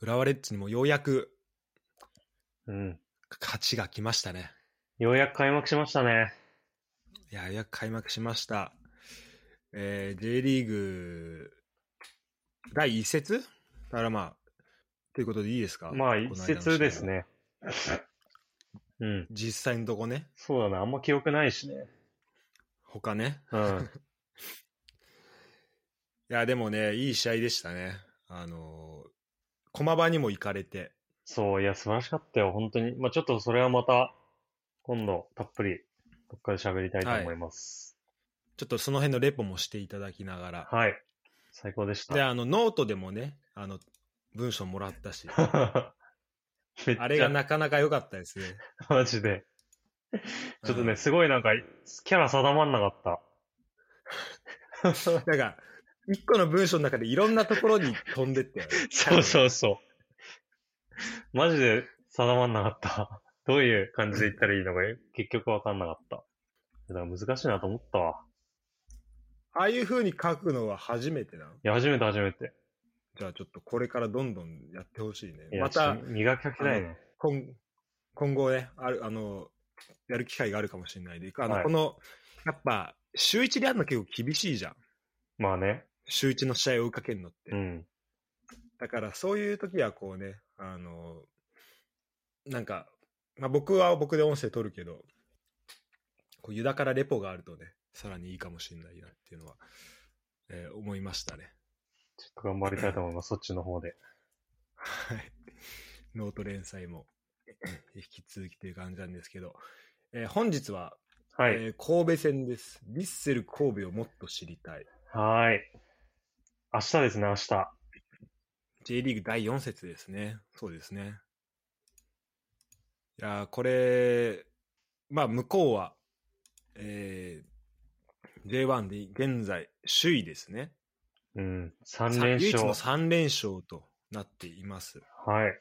浦和レッズにもようやくうん。勝ちが来ましたね。ようやく開幕しましたね。いや、ようやく開幕しました。えー J リーグ第1節だからまあ、ということでいいですかまあ、一節です。この間の試合はね。うん。実際のとこね、そうだな。あんま記憶ないしね。他ね。 うん。いや、でもね、いい試合でしたね。あのー駒場にも行かれて、そう、いや、素晴らしかったよ。本当に。まあ、ちょっとそれはまた、今度、たっぷり、どっかで喋りたいと思います。ちょっとその辺のレポもしていただきながら。はい。最高でしで、た。あの、ノートでもね、あの、文章もらった し、めっちゃあれがなかなか良かったですね。マジで。ちょっとうね、んすごいなんか、キャラ定まんなかった。 なんか、一個の文章の中でいろんなところに飛んでって、 そうそうそう。マジで定まんなかった。どういう感じで言ったらいいのか、結局わかんなかった。だから難しいなと思ったわ。ああいう風に書くのは初めてなのいや、初めて初めて。じゃあちょっとこれからどんどんやってほしいいね。やまたちょっと磨きかけたいね。今今後ねあるあの、やる機会があるかもしれないで、あのはいこのやっぱ週1でやるの結構厳しいじゃん。まあね。週1の試合を追いかけるのって。うん。だからそういう時はこうね、あの、なんか、まあ、僕は僕で音声取るけど、こうユダからレポがあるとね、さらにいいかもしれないなっていうのは、えー思いましたね。 ちょっと頑張りたいと思い ます。そっちの方で。はい。ノート連載も 引き続きという感じなんですけど、えー本日は、はい。えー神戸戦です。ヴィッセル神戸をもっと知りたい。はーい。明日ですね、明日。 J リーグ第4節ですね。そうですね。いやーこれ、まあ、向こうは、えー J1 で現在首位ですね。うん。3さ連唯一勝の。3連勝となっています。はい。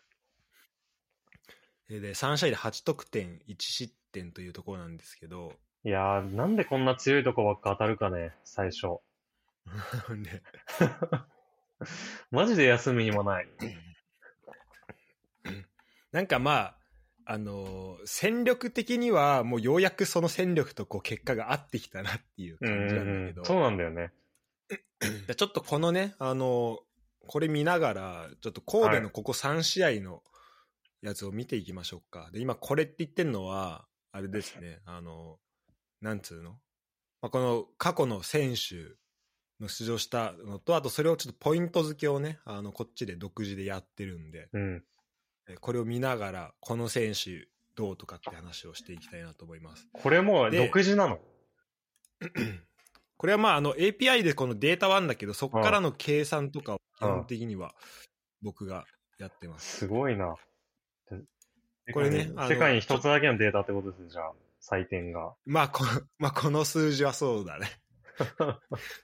えーで、3試合で8得点、1失点というところなんですけど、 いやー、なんでこんな強いとこばっか当たるかね、最初。ねマジで休みにもない。なんかまあ、あのー戦力的にはもうようやくその戦力とこう結果が合ってきたなっていううん感じなんだうけんど、そうなんだよね。じゃあちょっとこのね、あのーこれ見ながら、ちょっと神戸のここ3試合のやつを見ていきましょうか。で、今これって言ってんのは、あれですね、あのーなんつうの、まあ、この過去の選手の出場したのと、あとそれをちょっとポイント付けをね、あの、こっちで独自でやってるんで、うん。えーこれを見ながら、この選手どうとかって話をしていきたいなと思います。これもうで独自なの。 これはまあ、あの API でこのデータはあるんだけど、そこからの計算とかを基本的には僕がやってます。すごいな。 これね世界にあの世界に一つだけのデータってことですね、じゃあ。採点が。まあこ の、まあ、この数字はそうだね。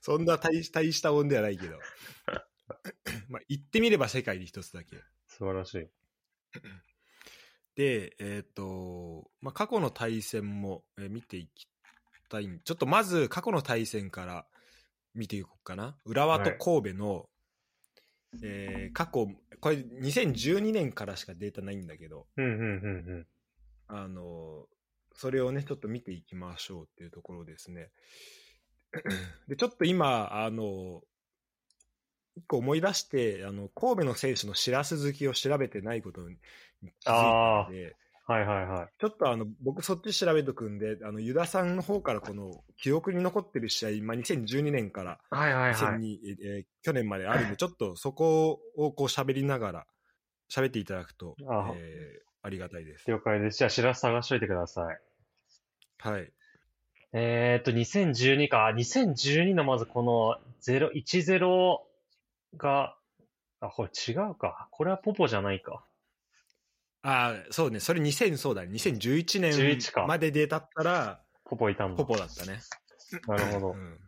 そんな大し大したもんではないけど。 まあ、言ってみれば世界で一つだけ。素晴らしい。で、えっ、と、まあ、過去の対戦も、えー見ていきたいんちょっとまず過去の対戦から見ていこうかな。浦和と神戸の、えー過去、これ2012年からしかデータないんだけど、うん、うん、うん、うん。あのーそれをね、ちょっと見ていきましょうっていうところですね。 で、ちょっと今、あのー一個思い出して、あの、神戸の選手の知らす好きを調べてないことに気づいたので、はいはいはい。ちょっとあの、僕そっち調べとくんで、あの、ユダさんの方からこの、記憶に残ってる試合、まあ、2012年から、はいはい2002はい。えー去年まであるんで、ちょっとそこをこう喋りながら、喋っていただくと、ああえーありがたいです。了解です。じゃあ、知らせ探しといてください。はい。えーっと、2012か。2012のまずこの0、10が、あ、これ違うか。これはポポじゃないか。ああ、そうね、それ2000、そうだね、2011 11か年まででたったら、ポポいたんだ。ポポだったね。なるほどう。ん。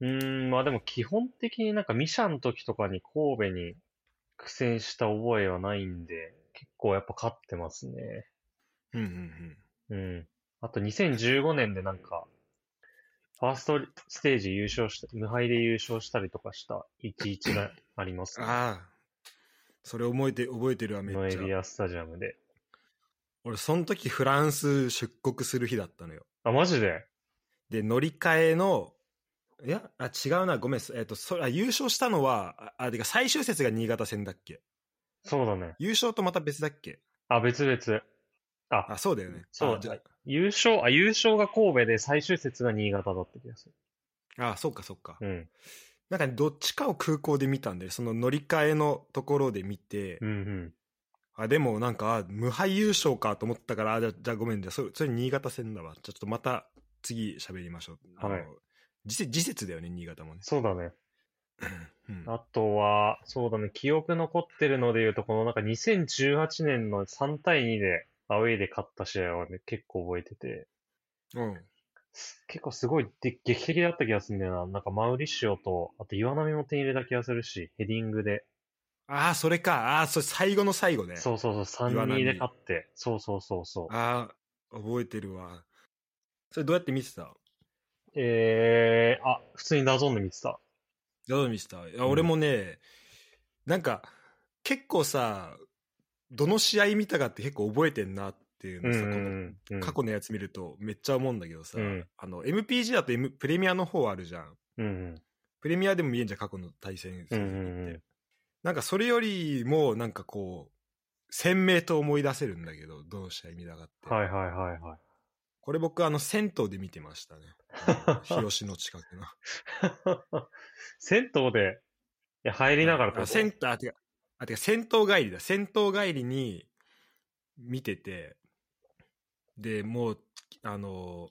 うーん、まあでも基本的になんかミシャの時とかに神戸に苦戦した覚えはないんで、結構やっぱ勝ってますね。うんうんうん。うん。あと2015年でなんか、ファーストステージ優勝した、無敗で優勝したりとかした11がありますね。ああ。それ覚えて、覚えてるわ、めノっエちビゃ。アスタジアムで。俺、その時フランス出国する日だったのよ。あ、マジでで、乗り換えの、いや、あ、違うな、ごめん、えっ、と、そあ優勝したのは、あ、あてか最終節が新潟戦だっけそうだね。優勝とまた別だっけあ、別々。あ、あ、そうだよね。そうあじゃ優勝、あ、優勝が神戸で最終節が新潟だった気がすあ、あそうか、そうか。る。なんかね、どっちかを空港で見たんで、その乗り換えのところで見て、うん。うんうん。あ、でもなんか、あ無敗優勝かと思ったから、あじゃあ、じゃあごめん、じゃあ、それ、それ新潟戦だわ。ちょっとまた、次喋りましょう。あのはい時節時節だよね、新潟も ね。そうだね。うんあとは、そうだね、記憶残ってるので言うと、このなんか2018年の3対2でアウェイで勝った試合は、ね、結構覚えてて、うん。す結構すごいで劇的だった気がするんだよな。なんかマウリシオと、あと岩波も手に入れた気がするし、ヘディングで。ああ、それか。ああ、それ最後の最後ね。そうそうそう、岩3波2で勝って。そうそうそうそう。ああ、覚えてるわ。それどうやって見てたえー、あ、普通にダゾーンで見てた。どうやって見てたいや、うん俺もね、なんか、結構さ、どの試合見たかって結構覚えてんなっていうのさ、このうん過去のやつ見るとめっちゃ思うんだけどさ、うんあの、MPG だと、M、プレミアの方あるじゃん。うんプレミアでも見えんじゃん、過去の対戦成績って。うんうんうんなんかそれよりも、なんかこう、鮮明と思い出せるんだけど、どの試合見たかって。うん。はいはいはいはい。これ僕、あの、銭湯で見てましたね。日吉の近くの。 銭湯で、いや入りながらってあこと銭湯、あ、てか、あ、てか、銭湯帰りだ。銭湯帰りに見てて、で、もう、あの、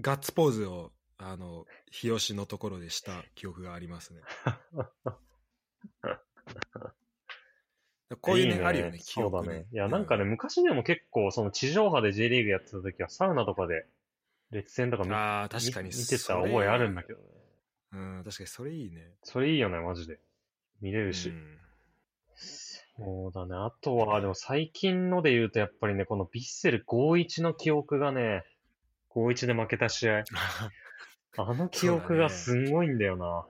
ガッツポーズを、あの、日吉のところでした記憶があります ね。こういうね、いいあるよね、記そうだ憶ね。いや、なんかね、、昔でも結構、その地上波で J リーグやってた時は、サウナとかで、列戦とかう見んああ、確かに見見てた覚えあるんだけどね。ど。うん、確かにそれいいね。それいいよね、マジで。見れるうし。ん そうだね。あとは、でも最近ので言うと、やっぱりね、このビッセル5-1の記憶がね、5-1で負けた試合。あの記憶がすんごいんだよな。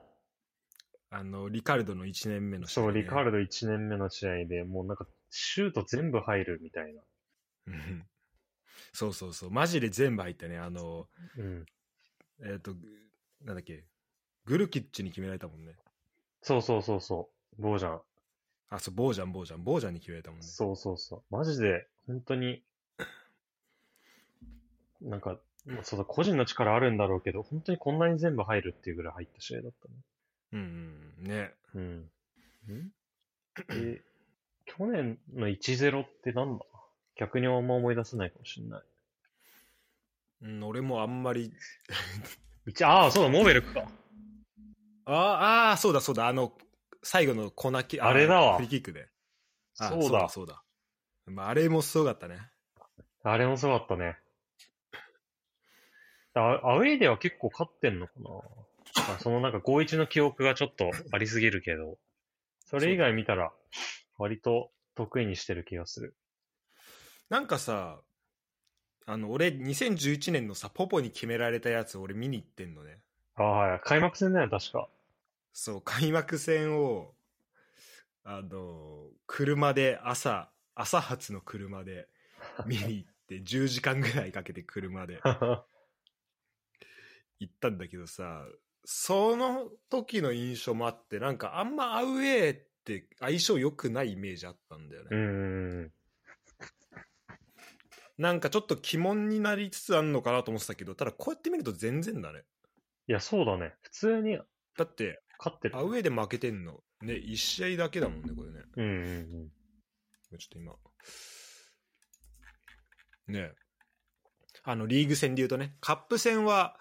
あの、リカルドの1年目のそう、リカルルド1年目の試合で、もうなんか、シュート全部入るみたいな。うんそうそうそう。マジで全部入ったね。あの、うん。えっ、と、ぐなんだっけ、グルキッチに決められたもんね。そうそうそうそう。ボージャン。あ、そう、ボージャン、ボージャン、ボージャンに決められたもんね。そうそうそう。マジで、本当に、なんか、まあそうだ、個人の力あるんだろうけど、本当にこんなに全部入るっていうぐらい入った試合だっうん、うん、ね。たね。うん。で、去年の1-0ってなんだ逆にあんま思い出せないかもしれない。うん、俺もあんまり、一ああ、そうだ、モベルクか。あーあー、そうだそうだ、あの、最後のコーナーキック、あれだわフリーキックで。あそうだ。そうだ。まあ、あれもすごかったね。あれもすごかったね。あアウェイでは結構勝ってんのかなあそのなんか5-1の記憶がちょっとありすぎるけど、それ以外見たら割と得意にしてる気がする。なんかさ、あの、俺、2011年のさ、ポポに決められたやつ、俺見に行ってんのね。あはい。開幕戦だよ、確か。そう、開幕戦を、あの、車で朝、朝発の車で見に行って、10時間ぐらいかけて車で行ったんだけどさ、その時の印象もあって、なんかあんまアウェーって相性良くないイメージあったんだよね。 うーん。なんかちょっと鬼門になりつつあるのかなと思ってたけど、ただこうやって見ると全然だね。いや、そうだね。普通にだって、勝ってる。アウェーで負けてんの。ね、1試合だけだもんね、これね。うんうんうん。ちょっと今。ねえあの、リーグ戦で言うとね、カップ戦は、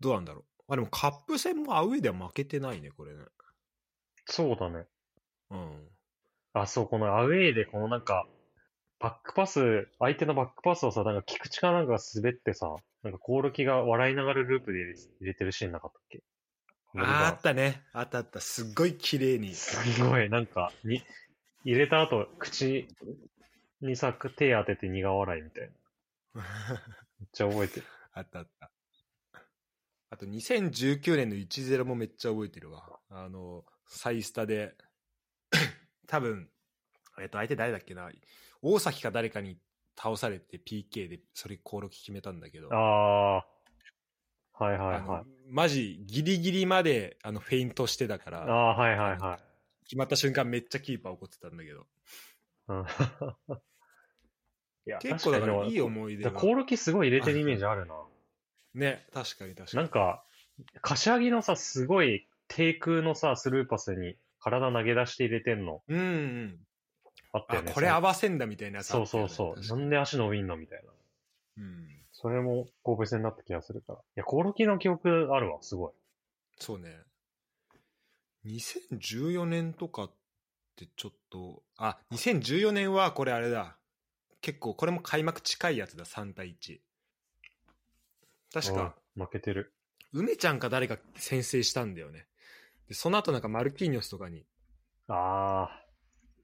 どうなんだろう。あ、でもカップ戦もアウェーでは負けてないね、これね。そうだね。うん。あ、そう、このアウェイでこのなんか、バックパス、相手のバックパスをさ、なんか菊池かなんかが滑ってさ、なんかコールキが笑いながらループで入れ入れてるシーンなかったっけああったね。あったあった。すっごい綺麗に。 すごい、なんか、に、入れた後、口にさ、手当てて苦笑いみたいな。めっちゃ覚えてる。あったあった。あと2019年の1-0もめっちゃ覚えてるわ。あの、サイスタで、多分、えっと、相手誰だっけな大崎か誰かに倒されて PK でそれ攻撃決めたんだけどああ。はいはいあのはい。マジギリギリまであのフェイントしてたかあらあー、はいはいはい。決まった瞬間めっちゃキーパー怒ってたんだけどうん いや結構だからいいい思い出だがからコオロギすごい入れてるイメージあるな。ね確かに確かなんにか、柏木のさ、すごい低空のさ、スルーパスに体投げ出して入れてんのうんうんあったよあね。これ合わせんだみたいなやつあそうったよそねうそう。確なかにんで足伸びんのみたいな。うんそれも神戸戦だった気がするから。いや、コオロギの記憶あるわ、すごい。そうね。2014年とかってちょっと、あ、2014年はこれあれだ。結構これも開幕近いやつだ、3対1。確か、うん。負けてる。梅ちゃんか誰か先制したんだよね。で、その後なんかマルキーニョスとかにああ。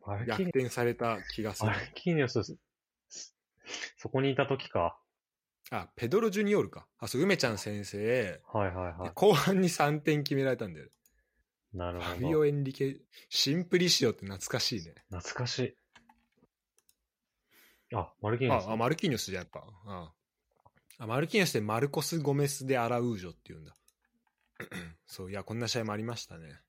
マルキ逆ーニ転された気がすョるマ。ルキーニョス、そこにいた時か。あ、ペドロ・ジュニオールか。あ、そう、梅ちゃん先生、ではいはいは後半に3点決められたんだよね。い。なるフほァビオ・ど。エンリケ、シンプリシオって懐かしいね。懐かしい。あ、マルキーニョスあ、あ、マルキーニョスじゃんやっぱ。ああマルキーニョスってマルコス・ゴメス・でアラウージョって言うんだ。 そう、いや、こんな試合もありましたね。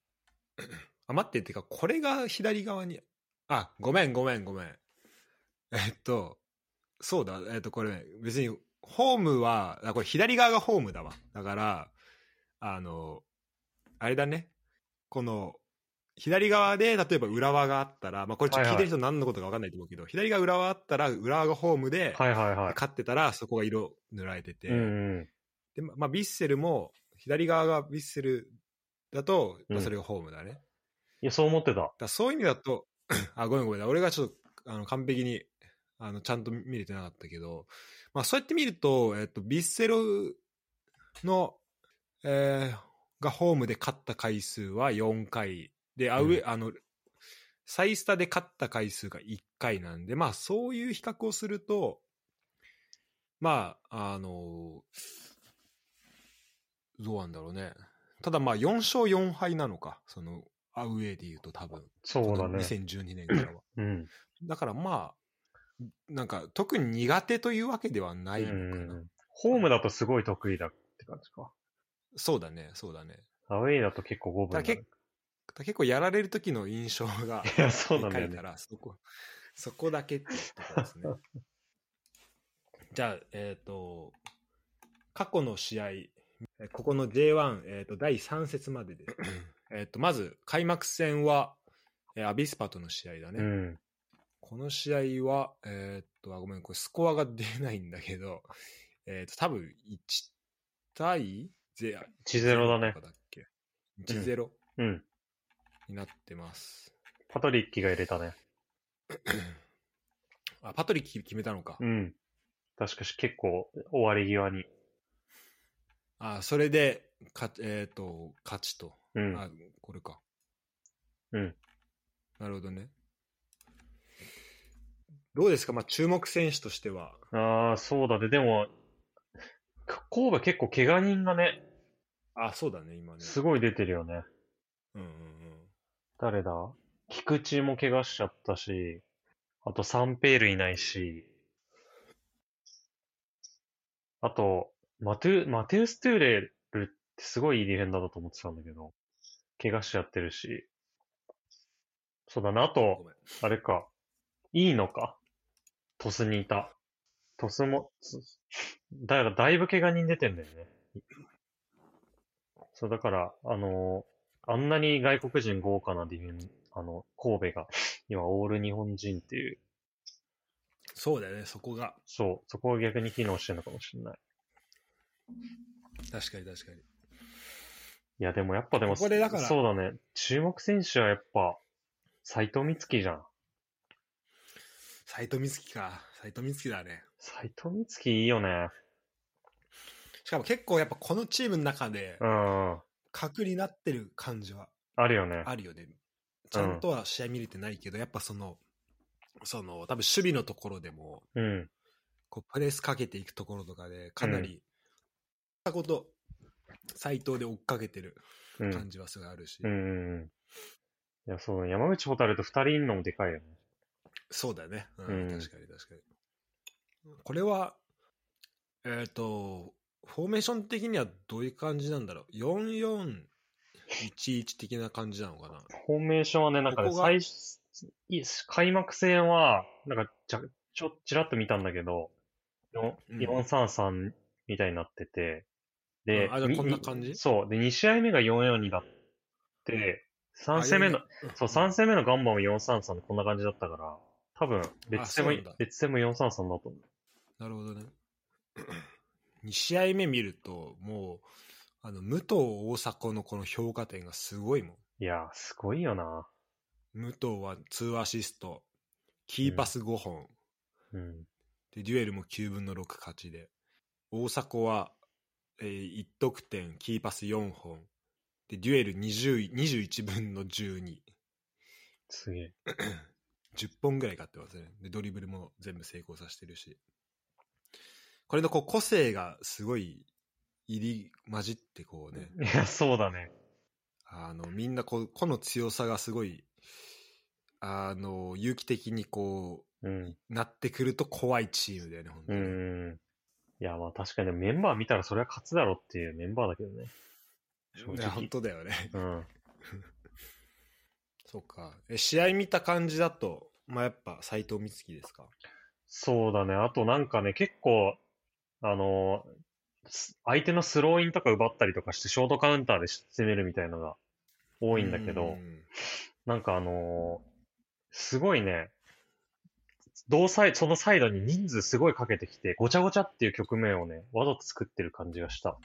あ、待って、ってか、これが左側に、あ、ごめん、ごめん、ごめん。えっと、そうだ、えっと、これ、別に、ホームは、あ、これ左側がホームだわ。だから、あの、あれだね。この、左側で、例えば浦和があったら、まあ、これちょっと聞いてる人何のことか分かんないと思うけど、左側浦和あったら、浦和がホームで、はいはいはい。勝ってたら、そこが色塗られてて、うんうん。で、ままあ、ヴィッセルも、左側がヴィッセルだと、まあうんそれがホームだね。だかいや、そう思ってた。らそういう意味だと、 あ、ごめんごめん、俺がちょっと、あの、完璧に、あの、ちゃんと見れてなかったけど、まあ、そうやって見ると、えっと、ヴィッセルの、えーがホームで勝った回数は4回。で、あ、うん上、あの、サイスタで勝った回数が1回なんで、まあ、そういう比較をすると、まあ、あのどうなんだろうね。ただまあ、4勝4敗なのか。その、アウェーで言うと多分。そうだね。 2012年 からは。うん。だからまあ、なんか、特に苦手というわけではなういんのかうな。ん。ホームだとすごい得意だって感じか。そうだね、そうだね。アウェイだと結構五分だだけね。だから結構やられる時の印象がいや、 そうでなんかだよいねか。ら、そこ、そこだけってとこですね。 じゃあ、えっ、と、過去の試合、えーここの J1、えー、と第3節まで です。えっと、まず、開幕戦は、えーアビスパとの試合だね。うん。この試合は、えーっと、あ、ごめん、これスコアが出ないんだけど、 えーっと、多分1対ゼ1-0だねとかっけ。1-0うん。になってます。パトリッキが入れたね。あ、パトリック決めたのか。うん。確かし結構終わり際に。あ、それで、かえーっと、勝ちと。うん。あ、これか。うん。なるほどね。どうですかまあ、注目選手としては。ああ、そうだね。でも、神戸結構怪我人がね、あ、そうだね、今ね。すごい出てるよね。うんうんうん。誰だ菊池も怪我しちゃったし、あとサンペールいないし、あと、マトゥ、マテウス・トゥーレルってすごいいいディフェンダーだと思ってたんだけど、怪我しちゃってるし、そうだな、あごと、めん。あれか、いいのかトスにいた。トスも、つだからだいぶ怪我人出てんだよね。そう、だから、あのーあんなに外国人豪華なディフェン、あの、神戸が、今、オール日本人っていう、そうだよね、そこが。そう、そこが逆に機能してるのかもしれない。確かに確かに。いや、でもやっぱでも、ここでだからそうだね。注目選手はやっぱ、斎藤光希じゃん。斎藤光希か。斎藤光希だね。斎藤光希いいよね。しかも結構やっぱこのチームの中でうん。格になってる感じはあるよね。あるよね。ちゃんとは試合見れてないけど、やっぱその、その、多分守備のところでも、うん。こうプレスかけていくところとかで、かなり、たこと、斎藤で追っかけてるうん。感じはすごいあるし。うんうんうん。いや、そう、山口蛍と二人いるのもでかいよね。そうだね。うん、うん確かに確かに。これは、えっ、と、フォーメーション的にはどういう感じなんだろう。4411的な感じなのかな。フォーメーションはね、なんかね、ここが最初、い開幕戦は、なんか、ちゃ、ちょ、ちらっと見たんだけど、ようん433みたいになってて、で、あじゃあにこんな感じそう。で、2試合目が442だって、3戦目の、そう、3三戦目のガンバも433でこんな感じだったから、多分、別戦もあそうなんだ、別戦も433だと思う。なるほどね。2試合目見ると、もう、あの、武藤大迫のこの評価点がすごいもん。いやー、すごいよな。武藤は2アシスト、キーパス5本、うん。で、デュエルも9分の6勝ちで、大迫は、えー1得点、キーパス4本、で、デュエル20 21分の12、すげえ。 10本ぐらい勝ってますね。で、ドリブルも全部成功させてるし。これのこう個性がすごい入り混じってこうね、いや、そうだね。あの、みんなこう、個の強さがすごい、あの、有機的にこうん。う、なってくると怖いチームだよね、本当うに。ん。いや、まあ確かにメンバー見たらそれは勝つだろうっていうメンバーだけどね。正いや、直本。当だよね。うん。そうか。え、試合見た感じだと、まあ、やっぱ、斎藤光希ですかそうだね。あとなんかね、結構、あのーす相手のスローインとか奪ったりとかして、ショートカウンターで攻めるみたいのが多いんだけど、うんなんかあのーすごいね、同サイそのサイドに人数すごいかけてきて、ごちゃごちゃっていう局面をね、わざと作ってる感じがした。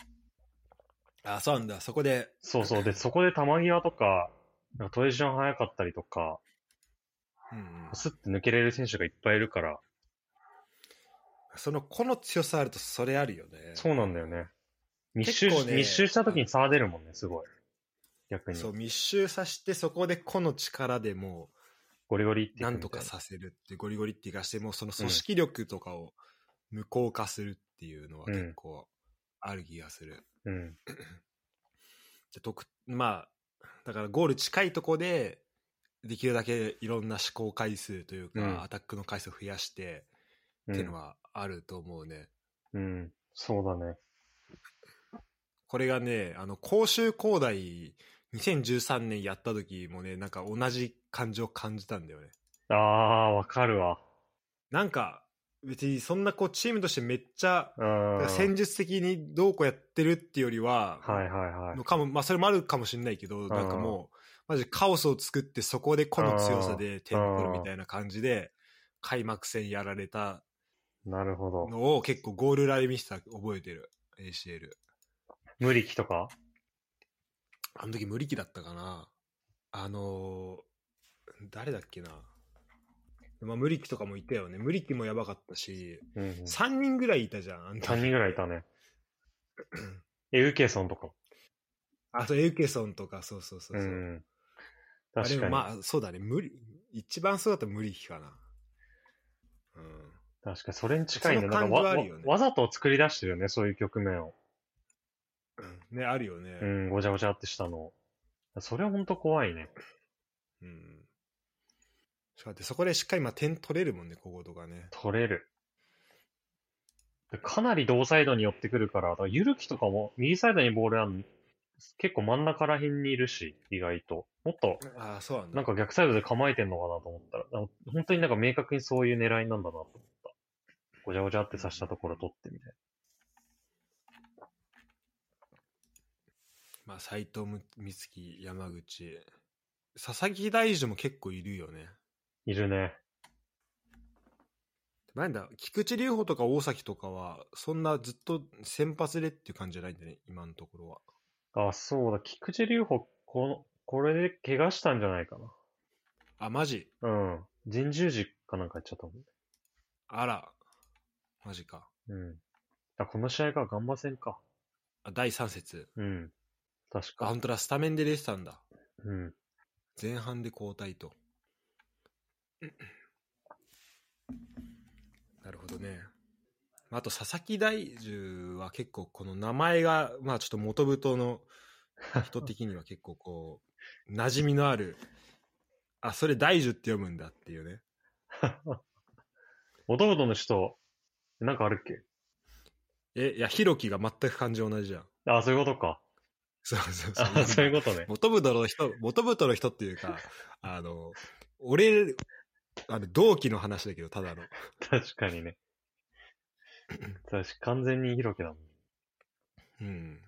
あ、そうなんだ。そこで、そうそう。で、そこで球際とか、なんかトレジション早かったりとか、うんうんスッて抜けれる選手がいっぱいいるから、その個の強さあると、それあるよね。そうなんだよね。密集結し、構ね密集した時に差が出るもんね、すごい。逆にそ。う、密集させて、そこで個の力でも、ゴリゴリっていうなんとかさせるって、ゴリゴリっていかして、もうその組織力とかを無効化するっていうのはうん結構ある気がする。うん。で得まあ、だからゴール近いとこで、できるだけいろんな試行回数というか、うんアタックの回数を増やして、うっていうのん。はあると思うね。うん。そうだね。これがね、あの、甲州工大2013年やった時もね、なんか同じ感じを感じたんだよね。ああ、わかるわ。なんか、別にそんなこうチームとしてめっちゃ、うん。はい戦術的にどうこうやってるっていうよりは、はいはいの。かも、まあそれもあるかもしれないけど、なんかもう、マジカオスを作ってそこで個の強さで点取るみたいな感じで、開幕戦やられたなるほど。のを結構ゴール裏で見せた覚えてる、ACL。無力とかあの時無力だったかな。あのー誰だっけな。まあ、無力とかもいたよね。無力もやばかったし、うんうん。 3人ぐらいいたじゃん、あの時3人ぐらい いたね。え、ウケソンとか。あと、エウケソンとか、そうそうそううそう。ん。あで確かもに。まあ、そうだね。無理、一番そうだったら無理かな。うん。確かに、それに近いそね。のなん感かじはわ、わあるよねわざと作り出してるよね、そういう局面を。ね、あるよね。うん、ごちゃごちゃってしたのを。それはほんと怖いね。うん。そうだって、そこでしっかりまあ点取れるもんね、こことかね。取れる。でかなり同サイドに寄ってくるから、だからゆるきとかも、右サイドにボールあんの結構真ん中ら辺にいるし、意外と。もっと、ああ、そうなんだ。なんか逆サイドで構えてんのかなと思ったら、あの本当になんか明確にそういう狙いなんだなと思った。ごちゃごちゃって刺したところ取ってみたいまあ、斎藤む美月、山口。佐々木大樹も結構いるよね。な。いるね。なんだ、菊池隆穂とか大崎とかは、そんなずっと先発でっていう感じじゃないんだね、今のところは。あ、そうだ。菊池隆穂、この、これで怪我したんじゃないかあ、マジな。うん。人十字かなんかやっちゃったもんね。あら。マジか。うん。あ、この試合がガンバ戦か。あ第3節。うん。確あ、か。本当だ、スタメンで出てたんだ。うん。 前半で交代と。なるほどね。あと、佐々木大樹は結構この名前が、まあちょっと元太の人的には結構こう、馴染みのある、あ、それ大樹って読むんだっていうね。ほとんどの人、なんかあるっけえ、いや、ヒロキが全く感じ同じじゃん。あ、そういうことか。そうそうそう。あ、そういうことね。元太の人、元太の人っていうか、あの、俺、あの、同期の話だけど、ただの。確かにね。確か完全にヒロキだもん。うん。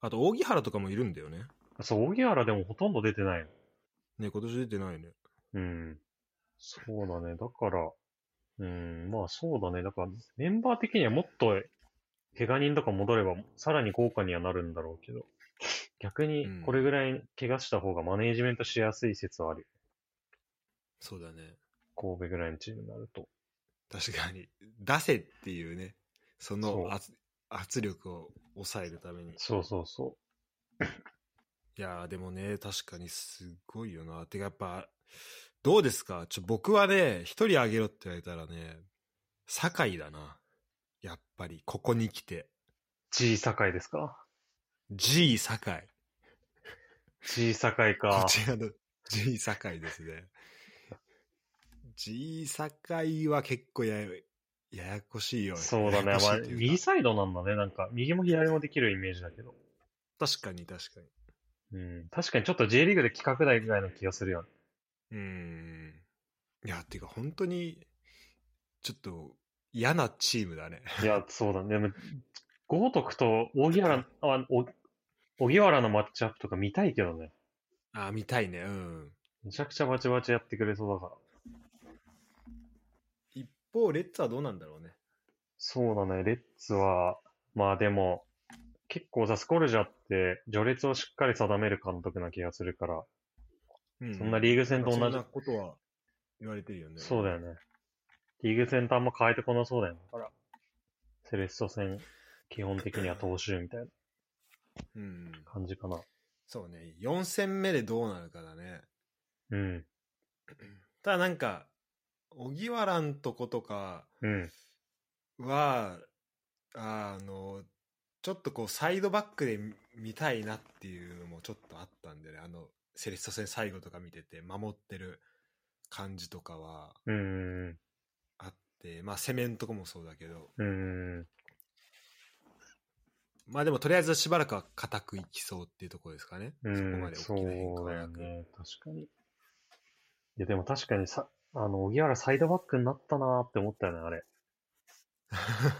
あと、扇原とかもいるんだよね。そう、荻原でもほとんど出てないの。ね、今年出てないね。うん。そうだね。だから、うん、まあそうだね。だから、メンバー的にはもっと、怪我人とか戻れば、さらに豪華にはなるんだろうけど、逆にうん、これぐらい怪我した方がマネージメントしやすい説はあるよ。そうだね。神戸ぐらいのチームになると。確かに。出せっていうね、そそうの圧圧力を抑えるために。そうそうそいやーでもね、確かにすごいよな。てかやっぱ、どうですかちょ僕はね、一人あげろって言われたらね、酒井だな。やっぱり、ここに来て。う。G 堺ですか G 酒井。 ?G 堺 こか。ちらの G 酒井ですね。G 酒井は結構やや、ややこしいよ。そうだやねや。こしまいあと、いうか右サイドなんだね。なんか、右も左もできるイメージだけど。確かに確かに。うん。確かにちょっと J リーグで規格外ぐらいの気がするよね。うーん。いや、ていうか本当に、ちょっと嫌なチームだね。 いや、そうだね。でも、豪徳と荻原、あ、お、荻原のマッチアップとか見たいけどね。あー、見たいね。うん。めちゃくちゃバチバチやってくれそうだから。一方、レッツはどうなんだろうね。そうだね。レッツは、まあでも、結構さ、スコルジャって序列をしっかり定める監督な気がするから、うんそんなリーグ戦と同そんじな。ことは言われてるよね。そうだよね。リーグ戦とあんま変えてこなそうだよね。だから、セレッソ戦、基本的には投手みたいなうん。感じかな。そうね。4戦目でどうなるかだね。うん。ただなんか、荻原んとことかうん。は、あの、ちょっとこう、サイドバックで見たいなっていうのもちょっとあったんでね。あの、セレッソ戦最後とか見てて、守ってる感じとかはうん。うんあって、まあ、攻めんとこもそうだけど、うん。まあでもとりあえずしばらくは固くいきそうっていうところですかね。うんそこまで大きな変化そうはだなよく。ね。確かに。いや、でも確かにさ、あの、荻原サイドバックになったなーって思ったよね、あれ。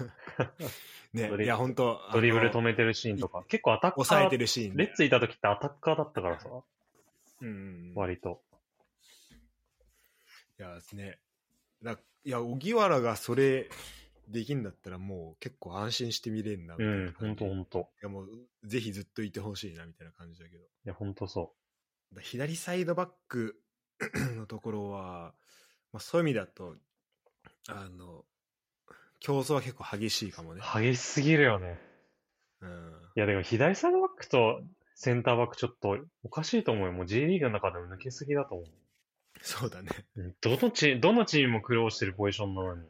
ねドリブルいや本当ドリブル止めめてるシーンとか。結構アタッカー。抑えてるシーンレッツいた時ってアタッカーだったからさ、うんうんうん、い割と。やねだいや荻原がそれできんだったらもう結構安心して見れるなう、みたいなん感ほんじ、といほんと。やもうぜひずっといてほしいなみたいな感じだけどいや、ほんとそだ左サイドバック のところは、まあ、そういう意味だとあの競争は結構激しいかもね、う。激しすぎるよね。うん、いや、でも左サイドバックとセンターバックちょっとおかしいと思うよ。もう J リーグの中でも抜けすぎだと思そうだねう。うんどのチーム、どのチームも苦労してるポジションなのに。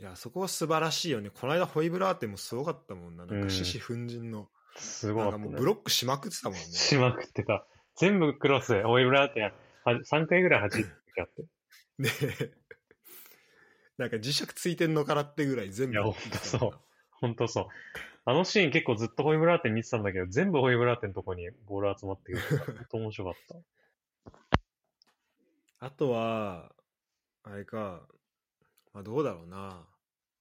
いやそこは素晴らしいよねこの間ホイブラーテもすごかったもんななんうかん獅子奮陣の、すごなかんっかた、ね。もうブロックしまくってたもんねしまくってた。全部クロス、オイブラーってや、は3回ぐらい走ってやって。ねえ なんか磁石ついてんのからってぐらい全部いや言ってたもんほんとそなうほんとそう。あのシーン結構ずっとホイブラーテン見てたんだけど、全部ホイブラーテンのとこにボール集まってくるから、ほんと面白かった。あとはあれか、まあ、どうだろうな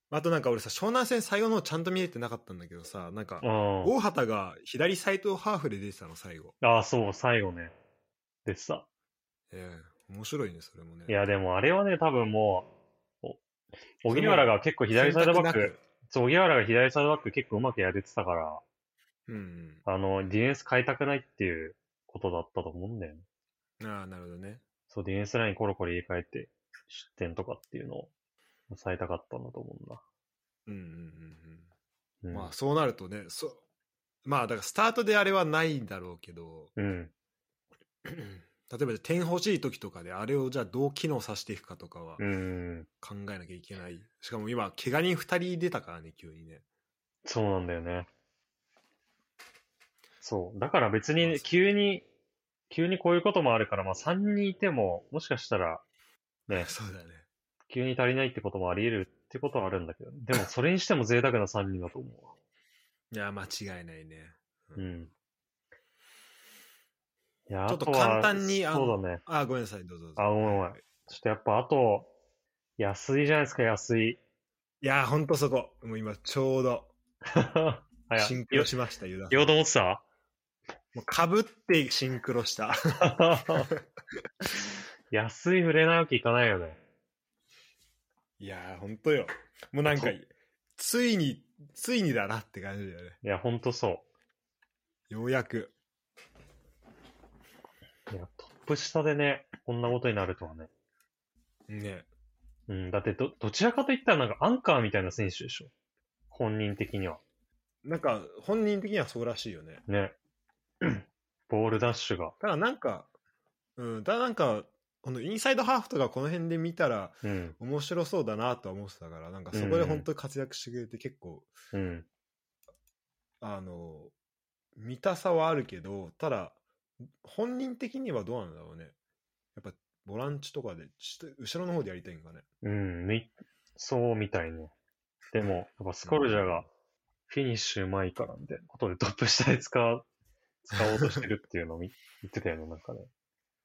あとなんか俺さ湘南戦最後の方ちゃんと見れてなかったんだけどさなんかうん。大畑が左サイドハーフで出てたの最後ああ、そう、最後ね。でさ。ええ面白いねそれもねいや、でもあれはね、多分もう、お荻原が結構左サイドバッ選択なクく、そう、荻原が左サイドバック結構うまくやれてたから、うんあの、ディフェンス変えたくないっていうことだったと思うんだよね。うんああなるほどねそう、ディフェンスラインコロコロ入れ替えて、失点とかっていうのを抑えたかったんだと思うんだ。うんうんうんうんうん。まあそうなるとねそまあだからスタートであれはないんだろうけどうん。 例えば点欲しい時とかであれをじゃあどう機能させていくかとかはうん。考えなきゃいけない、しかも今怪我人2人出たからね急にねそうなんだよね。そう。だから別に、急に急にこういうこともあるから、まあ3人いても、もしかしたら、ね、そうだね。急に足りないってこともあり得るってことはあるんだけど、でもそれにしても贅沢な3人だと思いや、間違いないね。う。うん。いやちょっとあは簡単にあのそうだね。あ、ごめんなさい、どうぞどうぞ。あ、ごめんごめん。ちょっとやっぱあと、安いじゃないですか、安い。いやー、ほんとそこ。もう今、ちょうど、 はや、シンクロしました、ユダさん。言おうと思ってたもうかぶってシンクロした。安い触れないわけいかないよね。 いやー、ほんとよ。もうなんかそ、ついに、ついにだなって感じだよね。いや、ほんとそようやく。う。いや、トップ下でね、こんなことになるとはね。ね。うん、だってど、どちらかといったらなんかアンカーみたいな選手でしょ。本人的には。なんか、本人的にはそうらしいよね。ね。 ボールダッシュが。ただなんか、うん、ただなんか、このインサイドハーフとかこの辺で見たらうん、面白そうだなとは思ってたから、なんかそこで本当に活躍してくれて結構、うん、あの、見たさはあるけど、ただ、本人的にはどうなんだろうね。やっぱ、ボランチとかで、ちょっと後ろの方でやりたいんかね。うん、み、そうみたいね。でも、やっぱスコルジャーがフィニッシュうまいからみたいなことでトップ下で使う、使おうとしてるっていうのを見 言ってたよね、なんかね。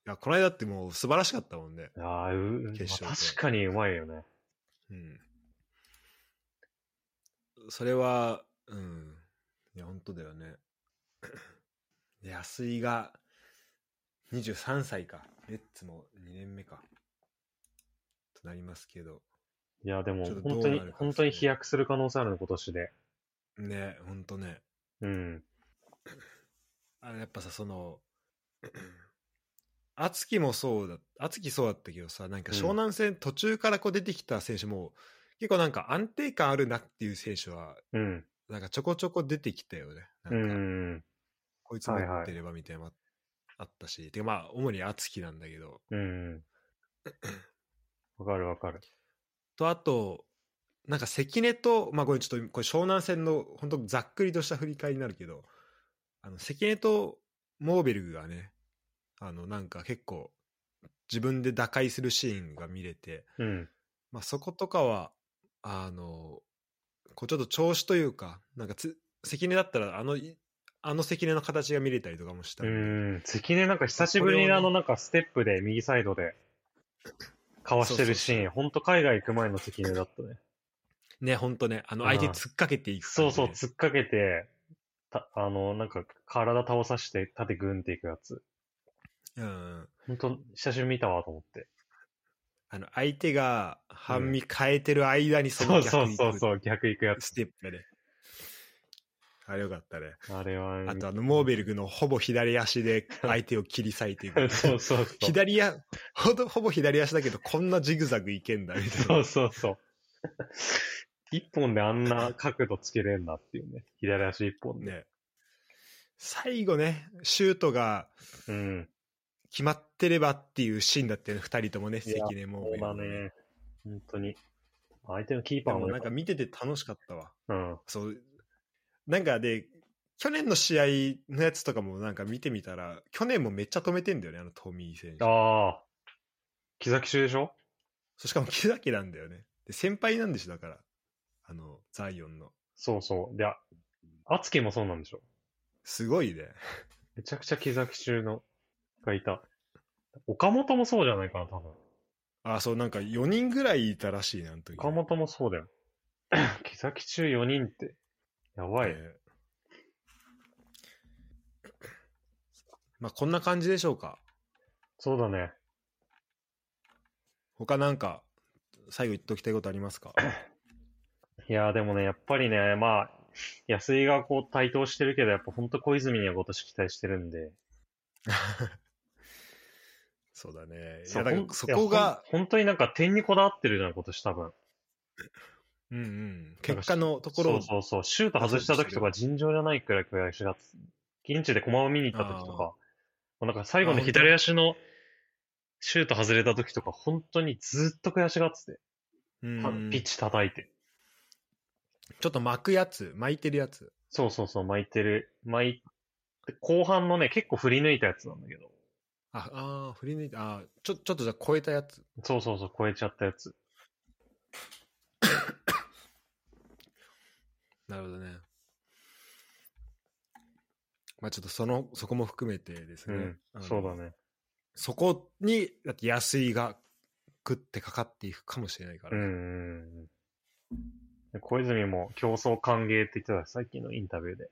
いや、この間ってもう素晴らしかったもんね。ああ、う、ま決勝あ戦確かにうまいよね。うん。それは、うん。いや、本当だよね。 で安井が23歳か。レッツも2年目か。となりますけど。いや、でもちょっとどう本当になる、か本当に飛躍する可能性あるの、今年で。ね、本当ね。うん。あれやっぱさ、その、 敦樹もそうだ、敦樹そうだったけどさ、なんか湘南戦途中からこう出てきた選手も、結構なんか安定感あるなっていう選手は、うん。なんかちょこちょこ出てきたよね。なんうかん。こいつ持ってればみたいなのもあったし、てかまあ、主に敦樹なんだけど、うん。わかるわかる。と、あと、なんか関根と、まあこれちょっと、これ湘南戦の、本当ざっくりとした振り返りになるけど、あの、関根とモーベルグがね、あの、なんか結構、自分で打開するシーンが見れて、うん。まあそことかは、あの、こうちょっと調子というか、なんかつ、関根だったら、あの、いあの関根の形が見れたりとかもしたうんでん。関根なんか久しぶりにあこれをのなんかステップで右サイドでかわしてるシーン、ほんと海外行く前の関根だったね。ね、ほんとね、あの、相手突っかけていく感そうじねそう、突っかけて、たあの、なんか体倒さして縦グンっていくやつ。うん、ほんと久しぶりに見たわと思って。あの相手が半身変えてる間にそその逆うそうにそう行そう、逆行くやくつ。ステップで、ね、あれよかったねあれは、あとあのモーベルグのほぼ左足で相手を切り裂いていく そうそうそう。左やほどほぼ左足だけどこんなジグザグいけんだみたいそなうそうそう。一本であんな角度つけれんなっていうね。左足一本で。ね最後ねシュートがうん。決まってればっていうシーンだったよね2人ともねいや関根モーそうベルだグね。本当に。相手のキーでパーももなよんかかっ見てて楽しかったわた。うん。そう。なんかで、去年の試合のやつとかもなんか見てみたら、去年もめっちゃ止めてんだよね、あのトミー選手。ああ。木崎中でしょそうしかも 木崎なんだよね。で、先輩なんでしょ、だから。あの、ザイオンの。そうそう。で、あ敦樹もそうなんでしょすごいね。めちゃくちゃ木崎中の、がいた。岡本もそうじゃないかな、多分。あ、そう、なんか4人ぐらいいたらしいね、あの時。岡本もそうだよ。 木崎中4人って、やばい。ねまあ、こんな感じでしょうか。そうだね。他なんか、最後言っときたいことあります かいやーでもね、やっぱりね、まあ、安井がこう台頭してるけど、やっぱ本当小泉には今年期待してるんで。そうだね。いそうや、だかほんらそこが、いやほん本当になんか点にこだわってるじゃん、今年多分。うんうん。結果のところそをうそうそう。シュート外した時とか尋常じゃないくらい悔しがって、現地で駒を見に行った時とあーか、もうなんか最後あの本当だ左足のシュート外れた時とか、本当にずっと悔しがってて、うんたうんピッチ叩いて。ちょっと巻くやつ、巻いてるやつ。そうそうそう、巻いてる。巻いて、後半のね、結構振り抜いたやつなんだけど、あ、あー振り抜いて、あーちょ、ちょっとじゃあ超えたやつ。そうそうそう、超えちゃったやつ。なるほどね。まあちょっとその、そこも含めてですうね。んあのそうだね。そこに、だって安いが、食ってかかっていくかもしれないかうら、んねうんうん。で小泉も競争歓迎って言ってた、最近のインタビューで。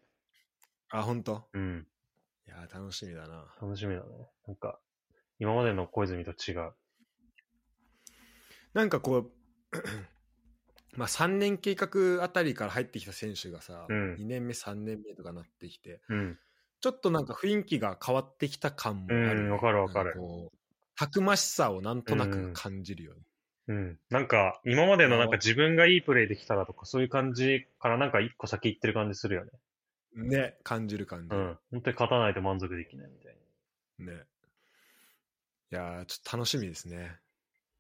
あ、本当。うん。いやー、楽しみだな。楽しみだね。なんか、今までの小泉と違う。なんかこう、 まあ3年計画あたりから入ってきた選手がさ、うん2年目、3年目とかなってきて、うん。ちょっとなんか雰囲気が変わってきた感もある、うんわかるわかるなんこうたくましさをなんとなく感じるよね。うん。なんか、今までのなんか自分がいいプレイできたらとか、そういう感じからなんか一個先行ってる感じするよね。ね、感じる感じうる。ん。本当に勝たないと満足できないみたいね。いやー、ちょっと楽しみですね。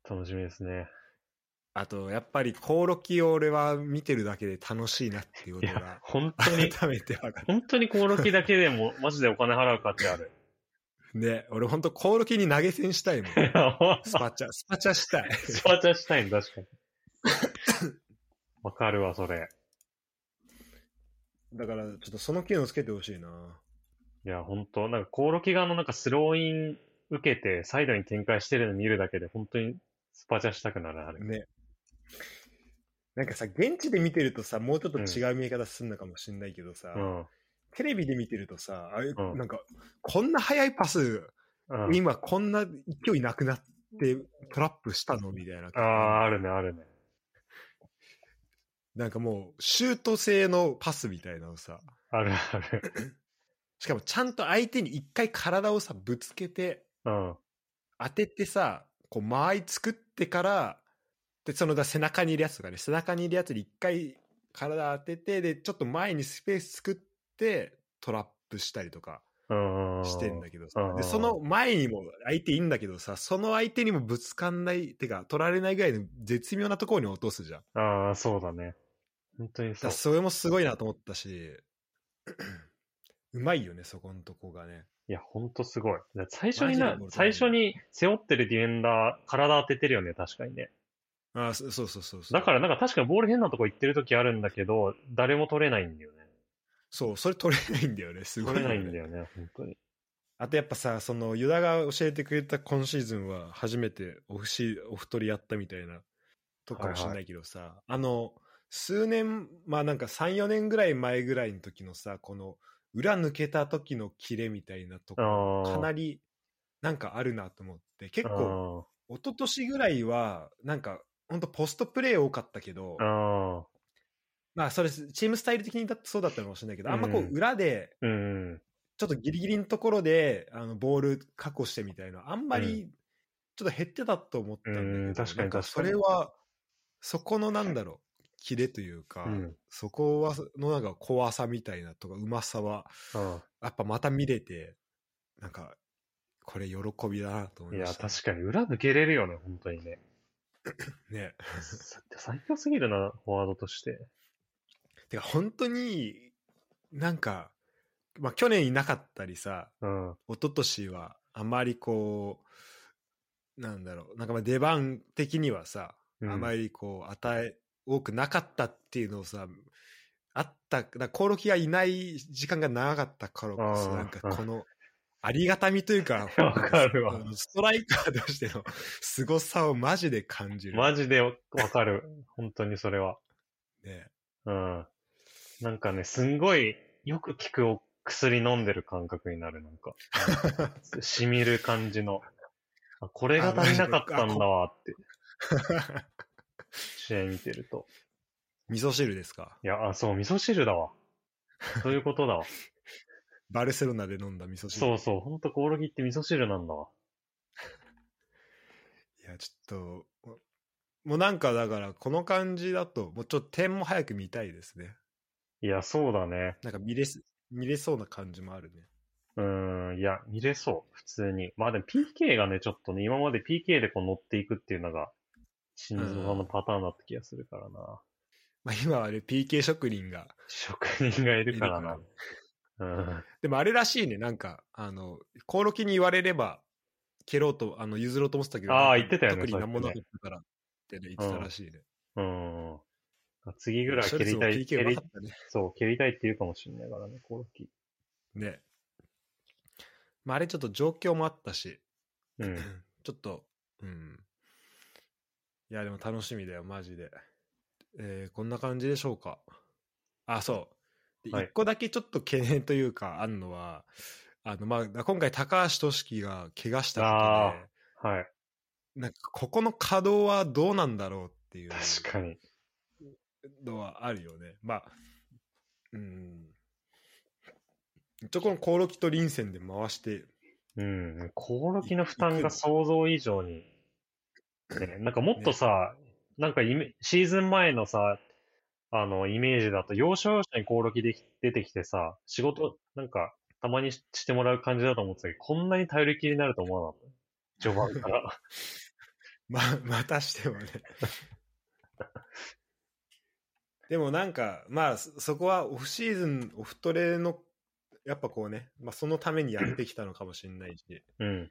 な。楽しみですね。あと、やっぱり、コオロキを俺は見てるだけで楽しいなっていうこいとやが、、本 当 に、改めて分かる。本当にコオロキだけでも、マジでお金払う価値あ る。ね、俺ほんとコオロキに投げ銭したいもん。スス パチャ、スパチャしたい。パチャしたいの、確 かに。わかるわ、それ。だから、ちょっとその機能つけてほしいな。いや、本当なんか、コオロキ側のなんかスローイン受けて、サイドに展開してるの見るだけで、本当にスパチャしたくなる、あれ。ね。なんかさ、現地で見てるとさ、もうちょっと違う見え方すんのかもしんないけどさ、うん。テレビで見てるとさ、あれ、うんなんか、こんな速いパス、うん、今こんな勢いなくなってトラップしたのみたいな。ああ、あるね、あるね。なんかもう、シュート性のパスみたいなのさ、あるある。しかもちゃんと相手に一回体をさ、ぶつけて、うん。当ててさ、こう間合い作ってから、で、そのだ背中にいるやつとかね、背中にいるやつに一回体当てて、で、ちょっと前にスペース作って、トラップしたりとかうん。してんだけどうさん。で、その前にも相手いいんだけどさ、その相手にもぶつかんない、てか、取られないぐらいの絶妙なところに落とすじゃん。だああ、そうだね。本当にかそらう。それもすごいなと思ったし、 うまいよね、そこのとこがね。いや、本当すごい。だ最初にマジなで、俺最初に背負ってるディフェンダー、体当ててるよね、確かにね。あそそうそうそうそう。だからなんか確かにボール変なとこ行ってる時あるんだけど、誰も取れないんだよね。そう、それ取れないんだよね、すごい、取ね。れないんだよね、本当に。あとやっぱさ、その、ユダが教えてくれた今シーズンは初めてオフシー、オフ取りやったみたいなとこかもしれないけどさ、あの、数年、まあなんか3、4年ぐらい前ぐらいの時のさ、この、裏抜けた時のキレみたいなとこ、ああ。かなりり、なんかあるなと思って、結構、一昨年ぐらいは、なんか、ほんとポストプレー多かったけどあ、あ。ああまあそれ、チームスタイル的にだってそうだったのかもしれないけど、あんまこうんう、裏で、うん。ちょっとギリギリのところであのボール確保してみたいな、あんまりちょっと減ってたと思ったんだけど、うん確かになん確かにそれは、そこのなんだろう、キレというか、うん。そこはのなんか怖さみたいなとか、うまさは、あやっぱまた見れて、なんか、これ喜びだなと思あ。いいやま、した。確かに裏抜けれるよね、本当にね。ね。さ最強すぎるな、フォワードとして。てか、本当に、なんか、まあ、去年いなかったりさ、うん。一昨年はあまりこうなんだろうなんかまあ出番的にはさ、うんあまりこう与え多くなかったっていうのをさあっただからコオロキがいない時間が長かったからこそあーなんかこのありがたみというか わかるわあのストライカーとしての凄さをマジで感じる、マジでわわかる。本当にそれは。ね、うん。なんかね、すんごいよく効くお薬飲んでる感覚になる、なんか。染みる感じの。あこれが足りなかったんだわって、試合見てると。味噌汁ですかいや、あ、そう、味噌汁だわ。そういうことだわ。バルセロナで飲んだ味噌汁そうそう、ほんとコオロギって味噌汁なんだわ。いや、ちょっと、もうなんかだから、この感じだと、もうちょっと点も早く見たいですね。いや、そうだね。なんか見れす、見れそうな感じもあるね。 うーん、いや、見れそう、普通に。まあでも PK がね、ちょっとね、今まで PK でこう乗っていくっていうのが、心臓さんのパターンだった気がするからな。まあ今はあれ PK 職人が職人がいいるるかかららなね。。うん。でもあれらしいね、なんか、あの、コオロキに言われれば、蹴ろうと、あの、譲ろうと思ってたけど、あー言ってたよね特に何もそなかうでったからってね、言ってたらしいね。うん。次ぐらいシ蹴ョルツりもたい、 PK 蹴うまりか、ったね。そう、蹴りたいって言うかもしれないからね、コロキ。ね。まあ、あれちょっと状況もあったし、うん。 ちょっと、うん。いや、でも楽しみだよ、マジで。えーこんな感じでしょうか。あ、そう。で、はい一個だけちょっと懸念というか、あるのは、あの、まあ、今回高橋俊樹が怪我したあこーはい。とで、なんか、ここの稼働はどうなんだろうっていう確かに。のはあるよね。まあ、うん。一応このコオロキと臨戦で回して、うん。コオロキの負担が想像以上に。ね、なんかもっとさ、なんかイメシーズン前のさ、あの、イメージだと、要所要所にコオロキでき出てきてさ、仕事、なんか、たまにししてもらう感じだと思ってたけど、こんなに頼りきりになると思わなかった。序盤から。 ま、またしてもね。 でもなんか、まあ、そそこはオフシーズン、オフトレの、やっぱこうね、まあ、そのためにやってきたのかもしれないし、うん。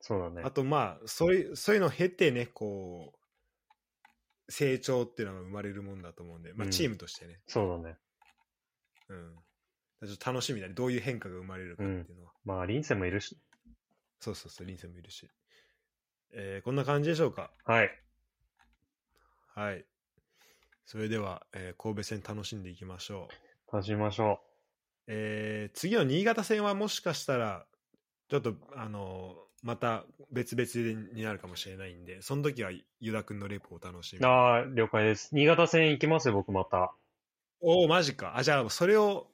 そうだね。あとまあ、そういう、そういうのを経てね、こう、成長っていうのが生まれるもんだと思うんで、まあ、うんチームとしてね、そうだね。うん。ちょっと楽しみだね、どういう変化が生まれるかっていうのは。まあ、リンセもいるし。そうそうそう、リンセもいるし。えーこんな感じでしょうか。はい。はい。それでは、えー神戸戦楽しんでいきましょう。楽しみましょえー次の新潟戦はもしかしたら、ちょっと、あのーまた別々になるかもしれないんで、その時はユダ君のレポを楽しみう。に。ああ、了解です。新潟戦行きますよ、僕また。おお、マジか。あ、じゃあ、それを、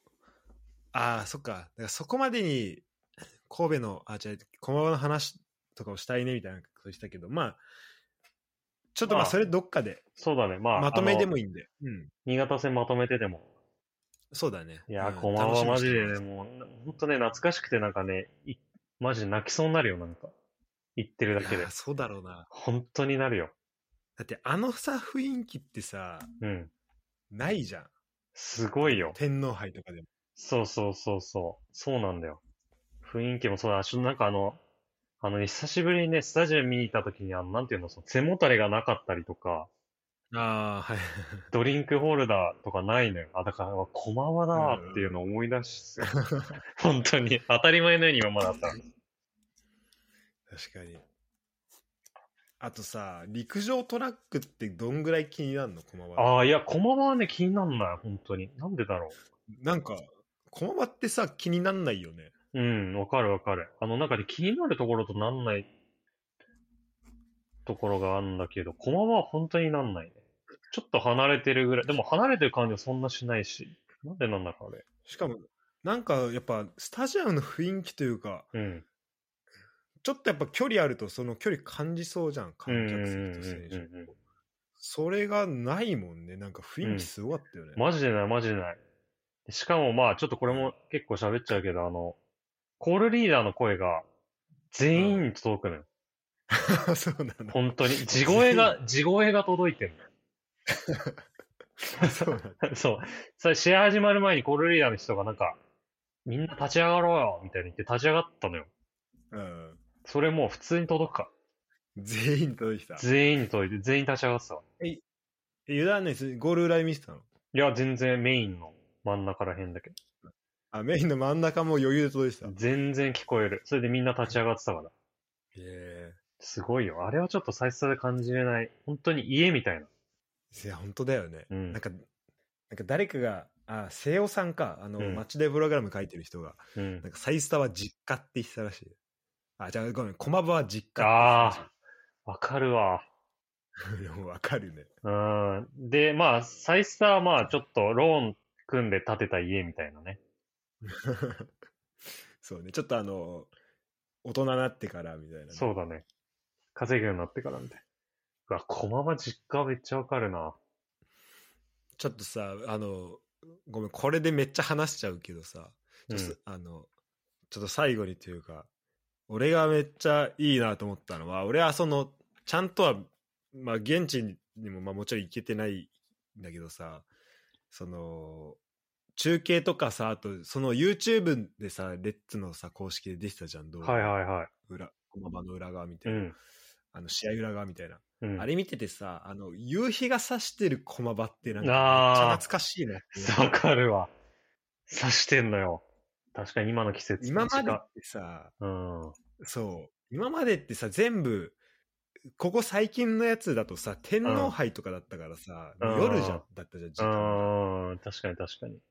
ああ、そっか。だからそこまでに、神戸の、あ、じゃあ、駒場の話とかをしたいね、みたいなことしたけど、まあ、ちょっとまあ、まあそれどっかで、そうだね。まあ、まとめであのもいいんで。うん。新潟戦まとめてでも。そうだね。いやー、うんこまはマジで。楽ね、しみにしてますもう、ほんとね、懐かしくてなんかね、いマジで泣きそうになるよ、なんか。言ってるだけいでやー。そうだろうな。本当になるよ。だって、あのさ、雰囲気ってさ、うん。ないじゃん。すごいよ。天皇杯とかでも。そうそうそうそう。そうなんだよ。雰囲気もそうだし、なんかあの、あのね、久しぶりにね、スタジアム見に行った時に、あの、なんていうの、その背もたれがなかったりとか、ああ、はい。ドリンクホルダーとかないのよ。あ、だから、駒場だわっていうのを思い出すよ。 本当に。当たり前のように今まであったの。確かに。あとさ、陸上トラックってどんぐらい気になるの駒場。ああ、いや、駒場はね、気になんない。本当に。なんでだろなんか、駒場ってさ、気になんないよね。う。うん、わかるわかる。あの、なんかね、気になるところとなんないところがあるんだけど、駒場は本当になんないね。ちょっと離れてるぐらい。でも離れてる感じはそんなしないし。なんでなんだろう、あれ。しかも、なんかやっぱ、スタジアムの雰囲気というか、うん。ちょっとやっぱ距離あると、その距離感じそうじゃん、うん観うん客う席と選ん手。うんうん。それがないもんね。なんか雰囲気すごかったよね。マジでない、マジでない。しかもまあ、ちょっとこれも結構喋っちゃうけど、あの、コールリーダーの声が全員に届くのよ。 そうなの。本当に。地声が、地声が届いてるそうなの。の。 そう。それ試合始まる前にコールリーダーの人がなんか、みんな立ち上がろうよみたいに言って立ち上がったのよ。うん。それもう普通に届くか。全員届いてきた。全員に届いて、全員立ち上がってたわ。えユダはね、ゴール裏見せたのいや、全然メインの真ん中ら辺だけど。あ、メインの真ん中も余裕で届いてた。全然聞こえる。それでみんな立ち上がってたから。えすごいよ。あれはちょっと最初で感じれない。本当に家みたいな。えいや、本当だよね。うんなんか、なんか誰かが、あ、瀬尾さんか、あの、うんマッチデープログラム書いてる人が、うんな。んか、サイスタは実家って言ってたらしい。あ、じゃあ、ごめん、駒場は実家ってああ、わかるわ。言ってたらしい。 いやもうわかるね。うん。で、まあ、サイスターはまあ、ちょっとローン組んで建てた家みたいなね。そうね、ちょっとあの、大人になってからみたいなね、そうだね。稼ぐようになってからみたいな。うわ、駒場実家めっちゃわかるな。ちょっとさ、あの、ごめん、これでめっちゃ話しちゃうけどさ、ちうょんっと、あの、ちょっと最後にというか、俺がめっちゃいいなと思ったのは、俺はその、ちゃんとは、まあ、現地にも、まあ、もちろん行けてないんだけどさ、その、中継とかさ、あと、その YouTube でさ、レッツのさ、公式で出てたじゃん、動画。はいはいはい。裏、駒場の裏側みたういな、ん。あの試合裏側みたいな、うん。あれ見ててさ、あの、夕日が差してる駒場ってなんか、めっちあーゃ懐かしい なっていうわかるわ。刺してんのよ。確かに今の季節。今までっ短てさ、うん。そう、今までってさ、全部、ここ最近のやつだとさ、天皇杯とかだったからさ、うん夜じゃ、だったじゃん、時間が。うん。確かに確かに。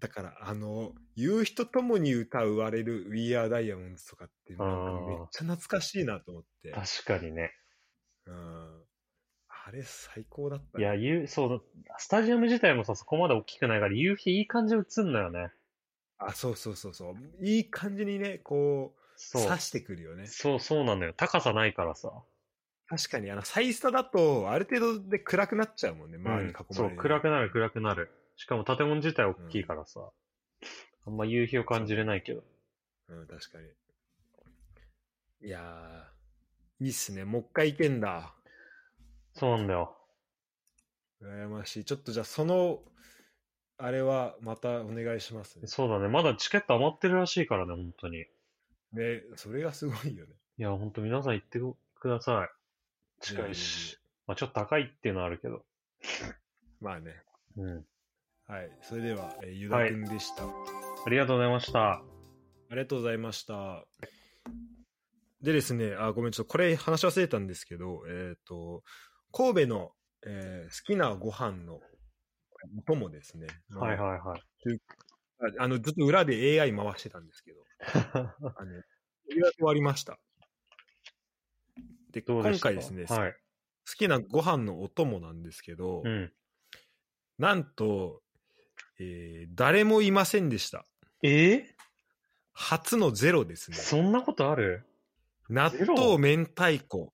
だから、あの、夕日とともに歌われる We Are Diamonds とかって、なんかめっちゃ懐かしいなと思って。確かにね。うん。あれ、最高だったいね。や、夕そう、スタジアム自体もさ、そこまで大きくないから、夕日いい感じで映んのよね。あ、そうそうそうそう。いい感じにね、こう、そう刺。してくるよね。そう、そうなのよ。高さないからさ。確かに、あの、サイスタだと、ある程度で暗くなっちゃうもんね、周りに囲まれうんて、そう、暗くなる、暗くなる。しかも建物自体大きいからさ。あんま夕日を感じれないけど。うん、確かに。いやー、いいっすね。もう一回行けんだ。そうなんだよ。羨ましい。ちょっとじゃあ、その、あれは、またお願いしますね。そうだね。まだチケット余ってるらしいからね、本当に。いね、それがすごいよね。や、本当皆さん行ってください。近いし。まあちょっと高いっていうのはあるけど。まあね。うん。はい。それでは、えー、ゆだくんでした、ありがとうございました。ありがとうございました。でですね、あ、ごめん、ちょっとこれ話し忘れたんですけど、えっ、と、神戸の、えー好きなご飯のお供ですね。はいはいはい。ああの、ずっと裏で AI 回してたんです けど、あの、やり終わりました。で、どうで今した回ですね、はい。好きなご飯のお供なんですけど、うん。なんと、えー誰もいませんでした。え初のゼロですーね。そんなことある納豆、明太子。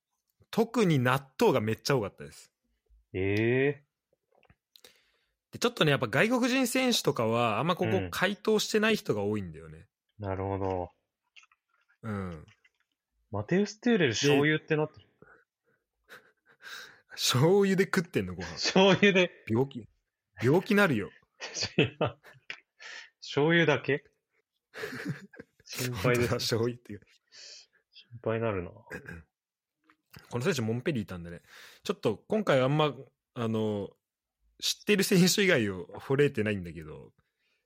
特に納豆がめっちゃ多かったです。えでちょっとね、やっぱ外国人選手とかは、あんまここうん回答してない人が多いんだよね。ー、なるほど。うん。マテウス・テューレル醤油ってなってる。醤油で食ってんの、ご飯。醤油で、 病気。病気なるよ。醤油だけ心本配当でだ、す。心醤油っていう。配になるな。この選手、モンペリーいたんでね。ちょっと今回あんま、あの、知ってる選手以外を惚れてないんだけど、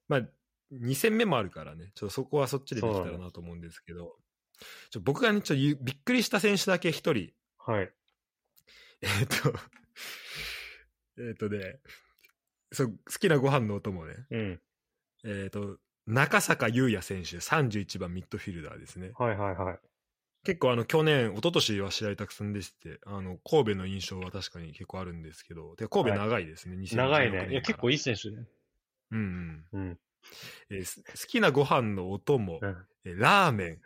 まあ、2戦目もあるからね、ちょっとそこはそっちでできたらなと思うんですけど、ちょ僕がね、ちょっとゆびっくりした選手だけ1人、はい。 えーっと、えーっとね、そう好きなご飯のお供ね、うん。えーっと、中坂優也選手、31番ミッドフィルダーですね。はいはいはい。結構あの去年、一昨年は試合たくさん出てて、あの神戸の印象は確かに結構あるんですけど、てか神戸長いですね、2016長年いかね。らいや、結構いい選手ね。うんうん うん。えーす好きなご飯のお供、うんえーラーメン、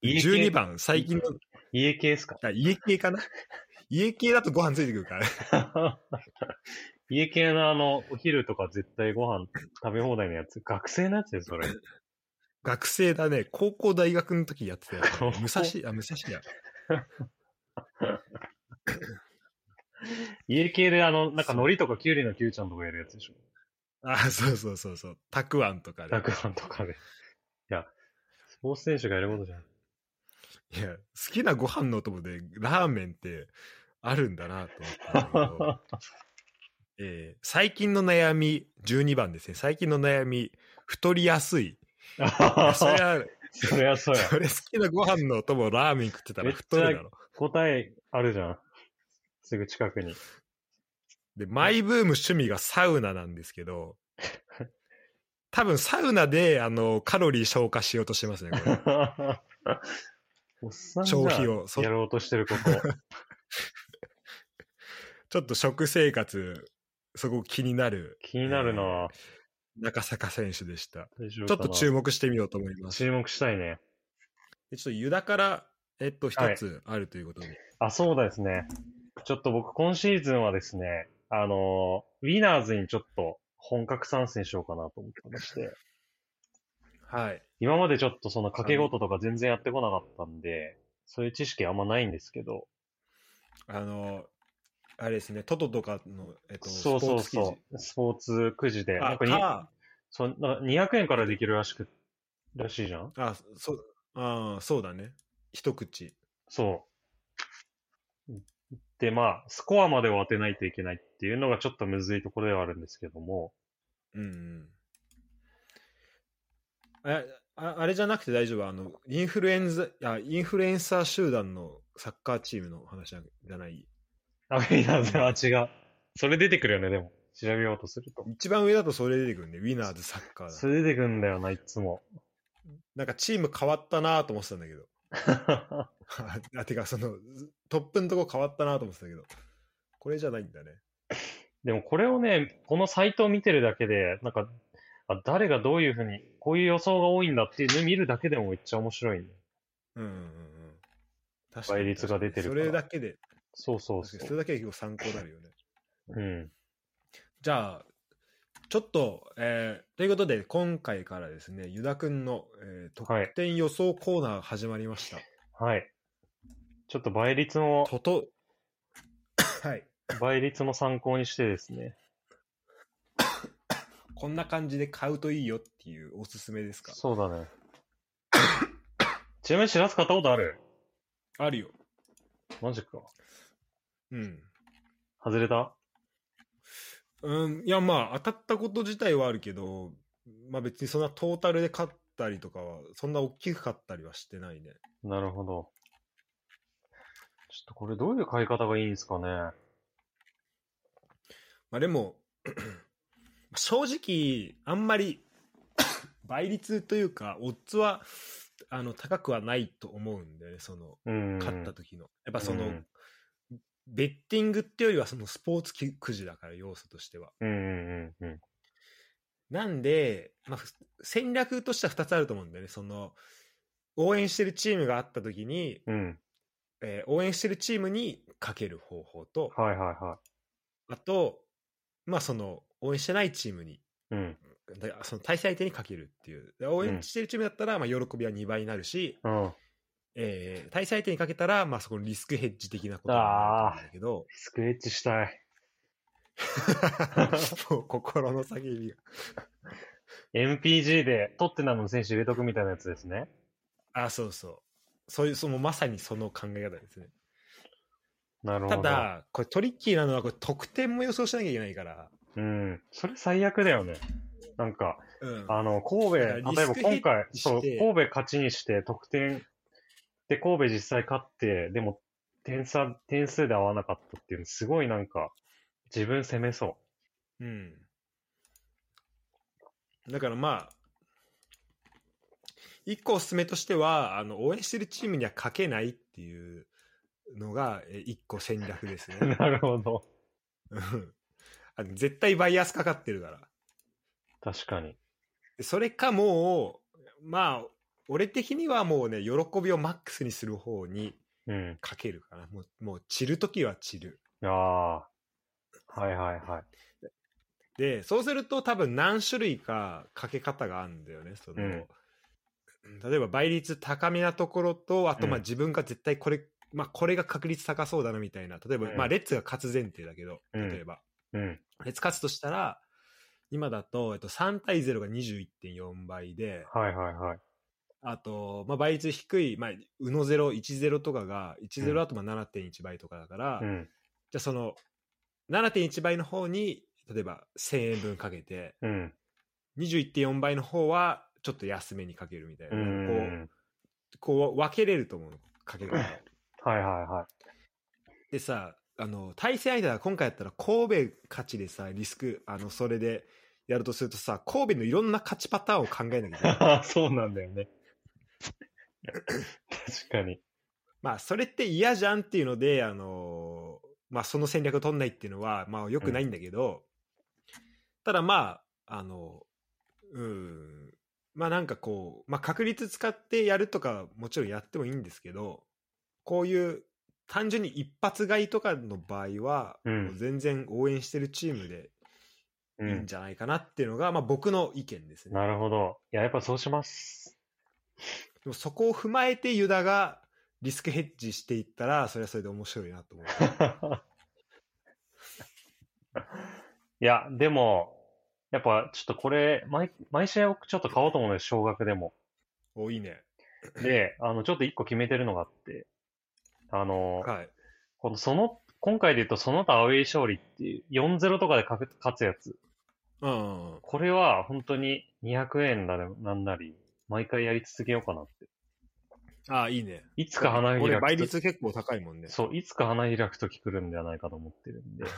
家系12。番、最近の、家系 っすかあ家系かな家系だとご飯ついてくるから、家系のあの、お昼とか絶対ご飯食べ放題のやつ。学生のやつでそれ。 学生だね、高校大学の時やってたやつ高ね、校武蔵、あ、武蔵屋。家系であの、なんか海苔とかキュウリのキュウちゃんとかやるやつでしょ。あ、 そうそうそうそう、たくあんとかたね。くあんとかで。いや、スポーツ選手がやることじゃん。いや、好きなご飯のお供でラーメンってあるんだなと思ったんだけ ど。えー最近の悩み、12番ですね。最近の悩み、太りやすい。 そりゃ、そりゃそうや。それ好きなご飯のお供ラーメン食ってたら太るだろ。答えあるじゃん。すぐ近 くに。で、マイブーム趣味がサウナなんですけど、多分サウナで、あの、カロリー消化しようとしてますね、 これ。おっさんが消費を。そやろうとしてること。ちょっと食生活、そこ気になる気になるなぁ。中坂選手でした。大丈ちょっ夫かとな注目してみようと思います。注目したいね。でちょっとユダから、えっと、は一いつあるということで。あ、そうですね。ちょっと僕今シーズンはですね、あのー、ウィナーズにちょっと本格参戦しようかなと思ってまして、はい。今までちょっとその掛け事とか全然やってこなかったんで、そういう知識あんまないんですけど、あの、あれですね、トトとかの、えっと、そうそうスポーツそう、スポーツくじ記で、事なあんかにかそうなんか200円からできるらしくっらしいじゃんあ、そう、ああ、そうだね。一口。そう。で、まあ、スコアまでを当てないといけないっていうのがちょっとむずいところではあるんですけども、うんうん。あああれじゃなくて大丈夫あの、インフルエンザ、あインフルエンサー集団のサッカーチームの話じゃじゃない。あ、いや、それは違う。それ出てくるよね、でも。調べようとすると。一番上だとそれ出てくるね。ウィナーズサッカーだそ。れ出てくるんだよな、いつ も。なんかチーム変わったなと思ってたんだけど。 あてか、その、トップのとこ変わったなと思ってたけど。これじゃないんだね。でもこれをね、このサイトを見てるだけで、なんか、あ誰がどういうふうに、こういう予想が多いんだっていうのを見るだけでもめっちゃ面白いね。うんうんうんうん。確かに倍率が出てるそかられだけで、そうそう確そかにそれう。だけで結構参考になるよね。うん。じゃあ、ちょっと、えーということで、今回からですね、ユダくんの、えーはい得点予想コーナーが始まりました。はい。ちょっと倍率の、とと、はい。倍率の参考にしてですね。こんな感じで買うといいよっていうおすすめですかそうだね。ちなみに知らす買ったことあるあるよ。マジか。うん。外れたうん、いや、まあ、当たったこと自体はあるけど、まあ別にそんなトータルで勝ったりとかは、そんな大きく勝ったりはしてないね。なるほど。ちょっとこれどういう買い方がいいんですかね。まあでも、 正直、あんまり 倍率というか、オッズは、あの、高くはないと思うんだよね、その、うん。勝った時の。やっぱその、うんベッティングってよりはそのスポーツきくじだから、要素としては。うんうんうんうん。なんで、まあ、ふ戦略としては2つあると思うんだよね。その、応援してるチームがあった時に、うん。えー応援してるチームにかける方法と、はいはいはあと、まあその、応援してないチームにい。うん。だその対戦相手にかけるっていう。で応援してるチームだったら、まあ、喜びは2倍になるし、うん。リえー対戦相手にかけたら、まあ、そこのリスクヘッジ的なことになると思うんスクエッチしたい。だけ ど、もう心の叫びが。 MPG でトッテナムの選手入れとくみたいなやつですね。あ、そうそう。そういう、そのまさにその考え方ですね。なるほたど。、だ、これトリッキーなのは、これ得点も予想しなきゃいけないから。うん。それ最悪だよね。なんか、うん。あの、神戸、だから例えリばスクヘッジ今回、してそう、神戸勝ちにして得点、で、神戸実際勝って、でも、点差、点数で合わなかったっていうの、すごいなんか、自分攻めそうん。だからまあ、一個おすすめとしては、あの、応援してるチームにはかけないっていうのが、え一個戦略ですう。 ね。なるほど。うんあの絶対バイアスかかってるから。確かに。でそれかもう、まあ、俺的にはもうね、喜びをマックスにする方にうん。かけるかな。もう、もう散るときは散る。ああ。はいはいはい。で、そうすると多分何種類かかけ方があるんだよね。その、うん例えば倍率高めなところと、あとまうあん自分が絶対これ、まあこれが確率高そうだなみたいな。例えば、うんまあレッツが勝つ前提だけど、うん例えば、うん。レッツ勝つとしたら、今だと、えっと、3対0が21.4倍で、はいはいはい。あと、まあ、倍率低い、まあ、うの0、1-0とかが、1-0だとまあ7.1倍とかだから、うん。じゃあその、7.1倍の方に、例えば1000円分かけて、うん。 21.4倍の方はちょっと安めにかけるみたいな、うこん。うこう分けれると 思うのかけ方をはいはいはでさあの対戦相手は今回やったら神戸勝ちでさリスクあのそれでやるとするとさ神戸のいろんな勝ちパターンを考えなきゃいけないい。 そうなんだよね。確かに。まあそれって嫌じゃんっていうのであの、まあ、その戦略を取んないっていうのはまあよくないんだけど、ただまああのうんまあなんかこう、まあ、確率使ってやるとかもちろんやってもいいんですけどこういう単純に一発買いとかの場合は、うんもう全然応援してるチームでういいんん。じゃないかなっていうのが、まあ、僕の意見ですね。なるほど。いや、やっぱそうし ます。でもそこを踏まえてユダがリスクヘッジしていったらそれはそれで面白いな と思う。いや、でも、やっぱちょっとこれ、毎毎試合僕ちょっと買おうと思うので、少額でも。お、いいね。で、あの、ちょっと一個決めてるのがあって、あの、はい。このその、今回で言うとその他アウェイ勝利っていう、4-0とかで勝つやつ。うんうんうん。これは本当に200円だなんなり、毎回やり続けようかなって。ああ、いいね。いつか花開これく倍と率結構高いもんね。そう、いつか花開くとき 来るんではないかと思ってるんで。い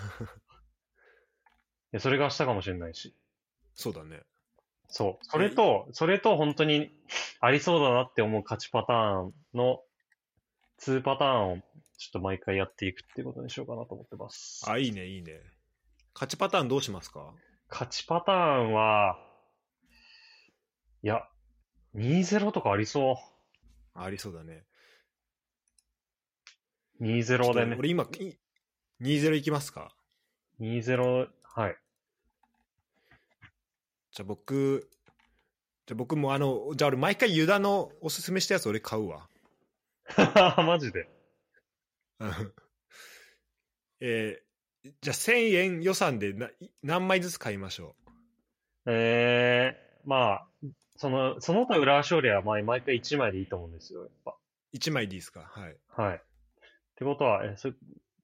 やそれが明日かもしれないし。そうだね。そう。それと、それと本当にありそうだなって思う勝ちパターンの2パターンをちょっと毎回やっていくっていうことにしようかなと思ってます。あ、いいね、いいね。勝ちパターンどうしますか勝ちパターンは、いや、2-0とかありそありそうだね。う。2-0でね。俺今、い2-0いきますか2-0、はい。じゃあ僕、じゃあ僕もあの、じゃあ俺毎回ユダのおすすめしたやつ俺買うわ。 マジで。うんえーじゃあ1000円予算でない何枚ずつ買いましょえー、まあ、その、その他裏勝利はまあ毎回1枚でいいと思うんですよ、やっぱ。う ?1 枚でいいですかはい。はい。ってことは、え、それ、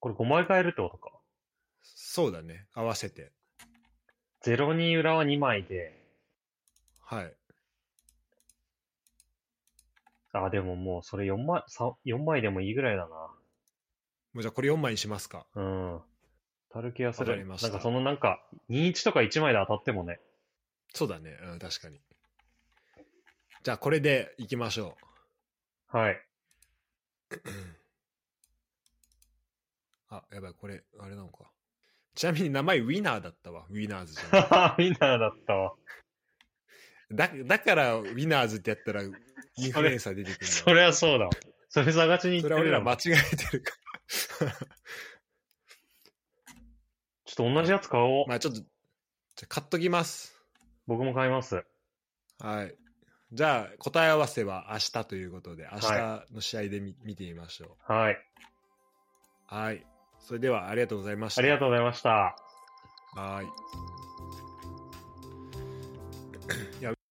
これ5枚買えるってことか。そうだね。合わせて。 02裏は2枚で、はい。あ、でももうそれ4枚、さ4枚でもいいぐらいだもうじゃあこれ4枚にしますか。な。うん。たる気がすわかる。りまなんしたかそのなんか、21とか1枚で当たってもね。そうだね。うん、確かに。じゃあこれでいきましょはい。う。あ、やばい、これ、あれなのか。ちなみに名前ウィナーだったわ。ウィナーズじゃはない。 はウィナーだったわ。だだから、ウィナーズってやったら、インフルエンサー出てくるんだそりゃそうだわ。それ探しにそ行ってれは俺るらよ。間違えてるかちょっと同じやつ買おら。。う まあちょっと、じゃあ買っときます。僕も買います。はい。じゃあ、答え合わせは明日ということで、明は日の試合で見,、見てみましょはい。う。はい。それでは、ありがとうございました。ありがとうございました。はい。